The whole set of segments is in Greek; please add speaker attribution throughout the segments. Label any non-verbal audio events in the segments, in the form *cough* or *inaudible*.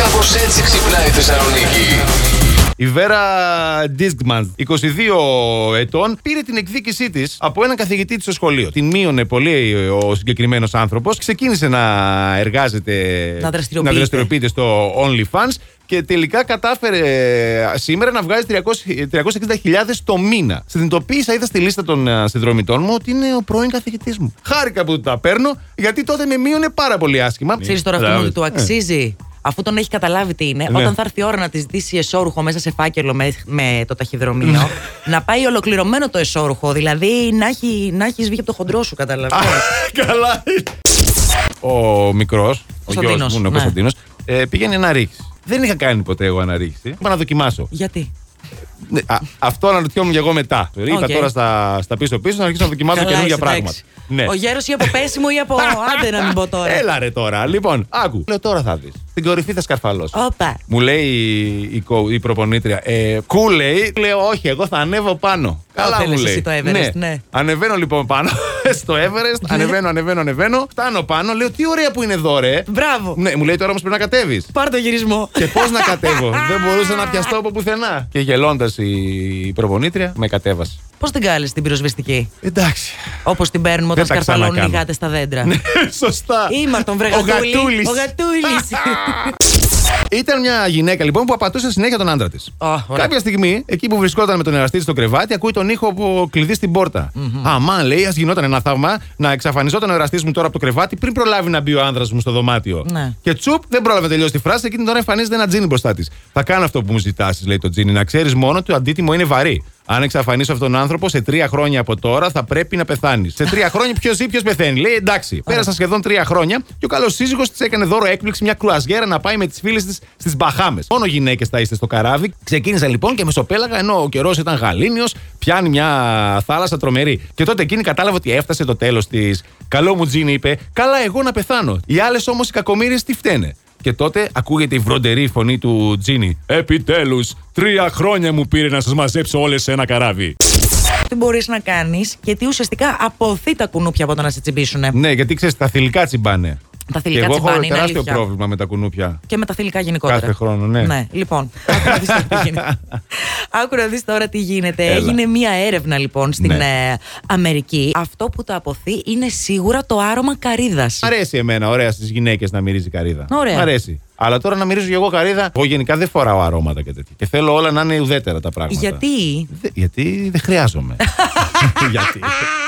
Speaker 1: Κάπως έτσι ξυπνάει η Θεσσαλονίκη.
Speaker 2: Η Βέρα Ντίσκμαν, 22 ετών, πήρε την εκδίκησή της από έναν καθηγητή της στο σχολείο. Την μείωνε πολύ ο συγκεκριμένος άνθρωπος. Ξεκίνησε να εργάζεται.
Speaker 3: Να δραστηριοποιείται.
Speaker 2: να δραστηριοποιείται στο OnlyFans και τελικά κατάφερε σήμερα να βγάζει 300 360.000 το μήνα. Συνειδητοποίησα, είδα στη λίστα των ε, συνδρομητών μου ότι είναι ο πρώην καθηγητής μου. Χάρηκα που τα παίρνω, γιατί τότε με μείωνε πάρα πολύ άσχημα.
Speaker 3: Ξέρεις τώρα αυτό
Speaker 2: Κατάλαβες.
Speaker 3: ότι του
Speaker 2: Ε.
Speaker 3: αξίζει. Αφού τον έχει καταλάβει τι είναι,
Speaker 2: Ναι.
Speaker 3: όταν θα έρθει η ώρα να της ζητήσει εσόρουχο μέσα σε φάκελο με, με το
Speaker 2: Ναι.
Speaker 3: ταχυδρομείο, να πάει ολοκληρωμένο το εσόρουχο. Δηλαδή να έχει, να έχεις βγει από το χοντρό σου, καταλαβαίνω.
Speaker 2: Καλά. Ο μικρός, ο γιο
Speaker 3: Κωνσταντίνος,
Speaker 2: μου, είναι ο
Speaker 3: ναι.
Speaker 2: Κωνσταντίνος, ε, πήγαινε αναρρίχηση. Δεν είχα κάνει ποτέ εγώ αναρρίχηση. Είπα να δοκιμάσω.
Speaker 3: Γιατί.
Speaker 2: Ναι, α, αυτό αναρωτιόμουν και εγώ μετά. Είπα
Speaker 3: Οκ.
Speaker 2: τώρα στα, στα πίσω-πίσω να αρχίσω να δοκιμάσω
Speaker 3: Καλά,
Speaker 2: καινούργια
Speaker 3: είσαι,
Speaker 2: πράγματα. Ναι.
Speaker 3: εντάξει. Ο γέρος ή από πέσιμο ή
Speaker 2: *laughs*
Speaker 3: από. άντε να μην πω τώρα.
Speaker 2: Έλα ρε τώρα. Λοιπόν, άκου. Λέω τώρα θα δεις. Στην κορυφή θα σκαρφαλώσει.
Speaker 3: Όπα.
Speaker 2: Μου λέει η, η, κο- η προπονήτρια, ε, κου λέει, λέω όχι, εγώ θα ανέβω πάνω. Καλά
Speaker 3: θέλεις
Speaker 2: μου λέει.
Speaker 3: εσύ το Everest, ναι.
Speaker 2: Ανεβαίνω λοιπόν πάνω *laughs* στο Everest, ανεβαίνω, ανεβαίνω, ανεβαίνω, φτάνω πάνω, λέω τι ωραία που είναι εδώ ρε.
Speaker 3: Μπράβο.
Speaker 2: Ναι, μου λέει τώρα όμως πρέπει να κατέβεις.
Speaker 3: Πάρ το γυρισμό.
Speaker 2: Και πώς να
Speaker 3: *laughs*
Speaker 2: κατέβω, δεν μπορούσα να πιαστώ από πουθενά. Και γελώντας η η προπονήτρια, με κατέβασε.
Speaker 3: Πώς την κάλεσε την πυροσβεστική.
Speaker 2: Εντάξει.
Speaker 3: Όπως την παίρνουμε όταν
Speaker 2: Δεν τα
Speaker 3: σκαρφαλώνουν οι
Speaker 2: ξανακάνω.
Speaker 3: γάτες στα δέντρα.
Speaker 2: Ναι, *laughs* Σωστά.
Speaker 3: Ήμαρτον, τον
Speaker 2: Ο Γατούλης.
Speaker 3: Ο
Speaker 2: *laughs*
Speaker 3: Γατούλης.
Speaker 2: Ήταν μια γυναίκα λοιπόν που απατούσε συνέχεια τον άντρα της.
Speaker 3: Α, ωραία.
Speaker 2: Κάποια στιγμή, εκεί που βρισκόταν με τον εραστή της στο κρεβάτι, ακούει τον ήχο από κλειδί στην πόρτα. Αμά, λέει, ας γινόταν ένα θαύμα να εξαφανιζόταν ο εραστής μου τώρα από το κρεβάτι πριν προλάβει να μπει ο άνδρας μου στο δωμάτιο.
Speaker 3: Ναι.
Speaker 2: Και τσουπ, δεν πρόλαβε να τελειώσει τη φράση, εκείνη τώρα εμφανίζεται ένα τζίνι μπροστά της. Θα κάνω αυτό που μου ζητάσει, λέει το τζίνι. Να ξέρεις μόνο ότι το αντίτιμο είναι βαρύ. Αν εξαφανίσω αυτόν τον άνθρωπο σε τρία χρόνια από τώρα, θα πρέπει να πεθάνεις. Σε τρία χρόνια ποιος ή ποιος πεθαίνει. Λέει εντάξει. Πέρασαν σχεδόν τρία χρόνια και ο καλός σύζυγος της έκανε δώρο έκπληξη μια κρουαζιέρα να πάει με τις φίλες της στις Μπαχάμες. Μόνο γυναίκες θα είστε στο καράβι. Ξεκίνησαν λοιπόν και μεσοπέλαγα ενώ ο καιρός ήταν γαλήνιος, πιάνει μια θάλασσα τρομερή. Και τότε εκείνη κατάλαβε ότι έφτασε το τέλος της. Καλό μου τζίνι είπε, Καλά, εγώ να πεθάνω. Οι άλλες όμως οι κακομίρε τι φταίνε. Και τότε ακούγεται η βροντερή φωνή του Τζίνι. Επιτέλους, τρία χρόνια μου πήρε να σας μαζέψω όλες σε ένα καράβι.
Speaker 3: Τι μπορείς να κάνεις, γιατί ουσιαστικά αποθεί τα κουνούπια από το να σε τσιμπήσουν.
Speaker 2: Ναι, γιατί ξέρεις, τα θηλυκά τσιμπάνε.
Speaker 3: Τα θηλυκά
Speaker 2: Και εγώ
Speaker 3: τσιμπάνε,
Speaker 2: έχω
Speaker 3: είναι
Speaker 2: τεράστιο
Speaker 3: αλήθεια.
Speaker 2: πρόβλημα με τα κουνούπια.
Speaker 3: Και με τα θηλυκά γενικότερα.
Speaker 2: Κάθε χρόνο, ναι.
Speaker 3: ναι λοιπόν.
Speaker 2: *laughs*
Speaker 3: Άκου να δεις τώρα τι γίνεται. Άκου να δεις τώρα τι γίνεται.
Speaker 2: Έλα.
Speaker 3: Έγινε μία έρευνα λοιπόν στην
Speaker 2: Ναι.
Speaker 3: ε, Αμερική. Αυτό που τα αποθεί είναι σίγουρα το άρωμα καρύδας.
Speaker 2: Μ' αρέσει εμένα, ωραία στις γυναίκες να μυρίζει καρύδα.
Speaker 3: Ωραία.
Speaker 2: Μ' αρέσει. Αλλά τώρα να μυρίζω κι εγώ καρύδα. Εγώ γενικά δεν φοράω αρώματα και τέτοια. Και θέλω όλα να είναι ουδέτερα τα πράγματα.
Speaker 3: Γιατί.
Speaker 2: Δε- γιατί δεν
Speaker 3: *laughs*
Speaker 2: χρειάζομαι. γιατί.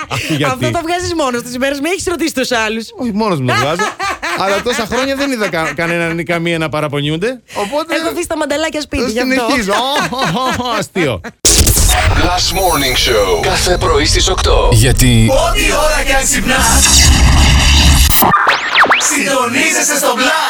Speaker 2: Αχ, γιατί.
Speaker 3: Αυτό το βγάζεις μόνος τη ημέρα, μην έχεις ρωτήσει τους άλλους.
Speaker 2: Όχι, μόνος μου το βγάζω. Αλλά τόσα χρόνια δεν είδα κα- κανέναν ή καμία να παραπονιούνται. Οπότε.
Speaker 3: Έχω αφήσει τα μανταλάκια σπίτι γι' αυτό.
Speaker 2: Ε, Συνεχίζω. Ω, ω, ω, Αστείο.
Speaker 1: Last Morning Show. Κάθε πρωί στις 8.
Speaker 4: Γιατί
Speaker 5: Ό,τι ώρα κι αν ξυπνάς Συντονίζεσαι στο μπλα.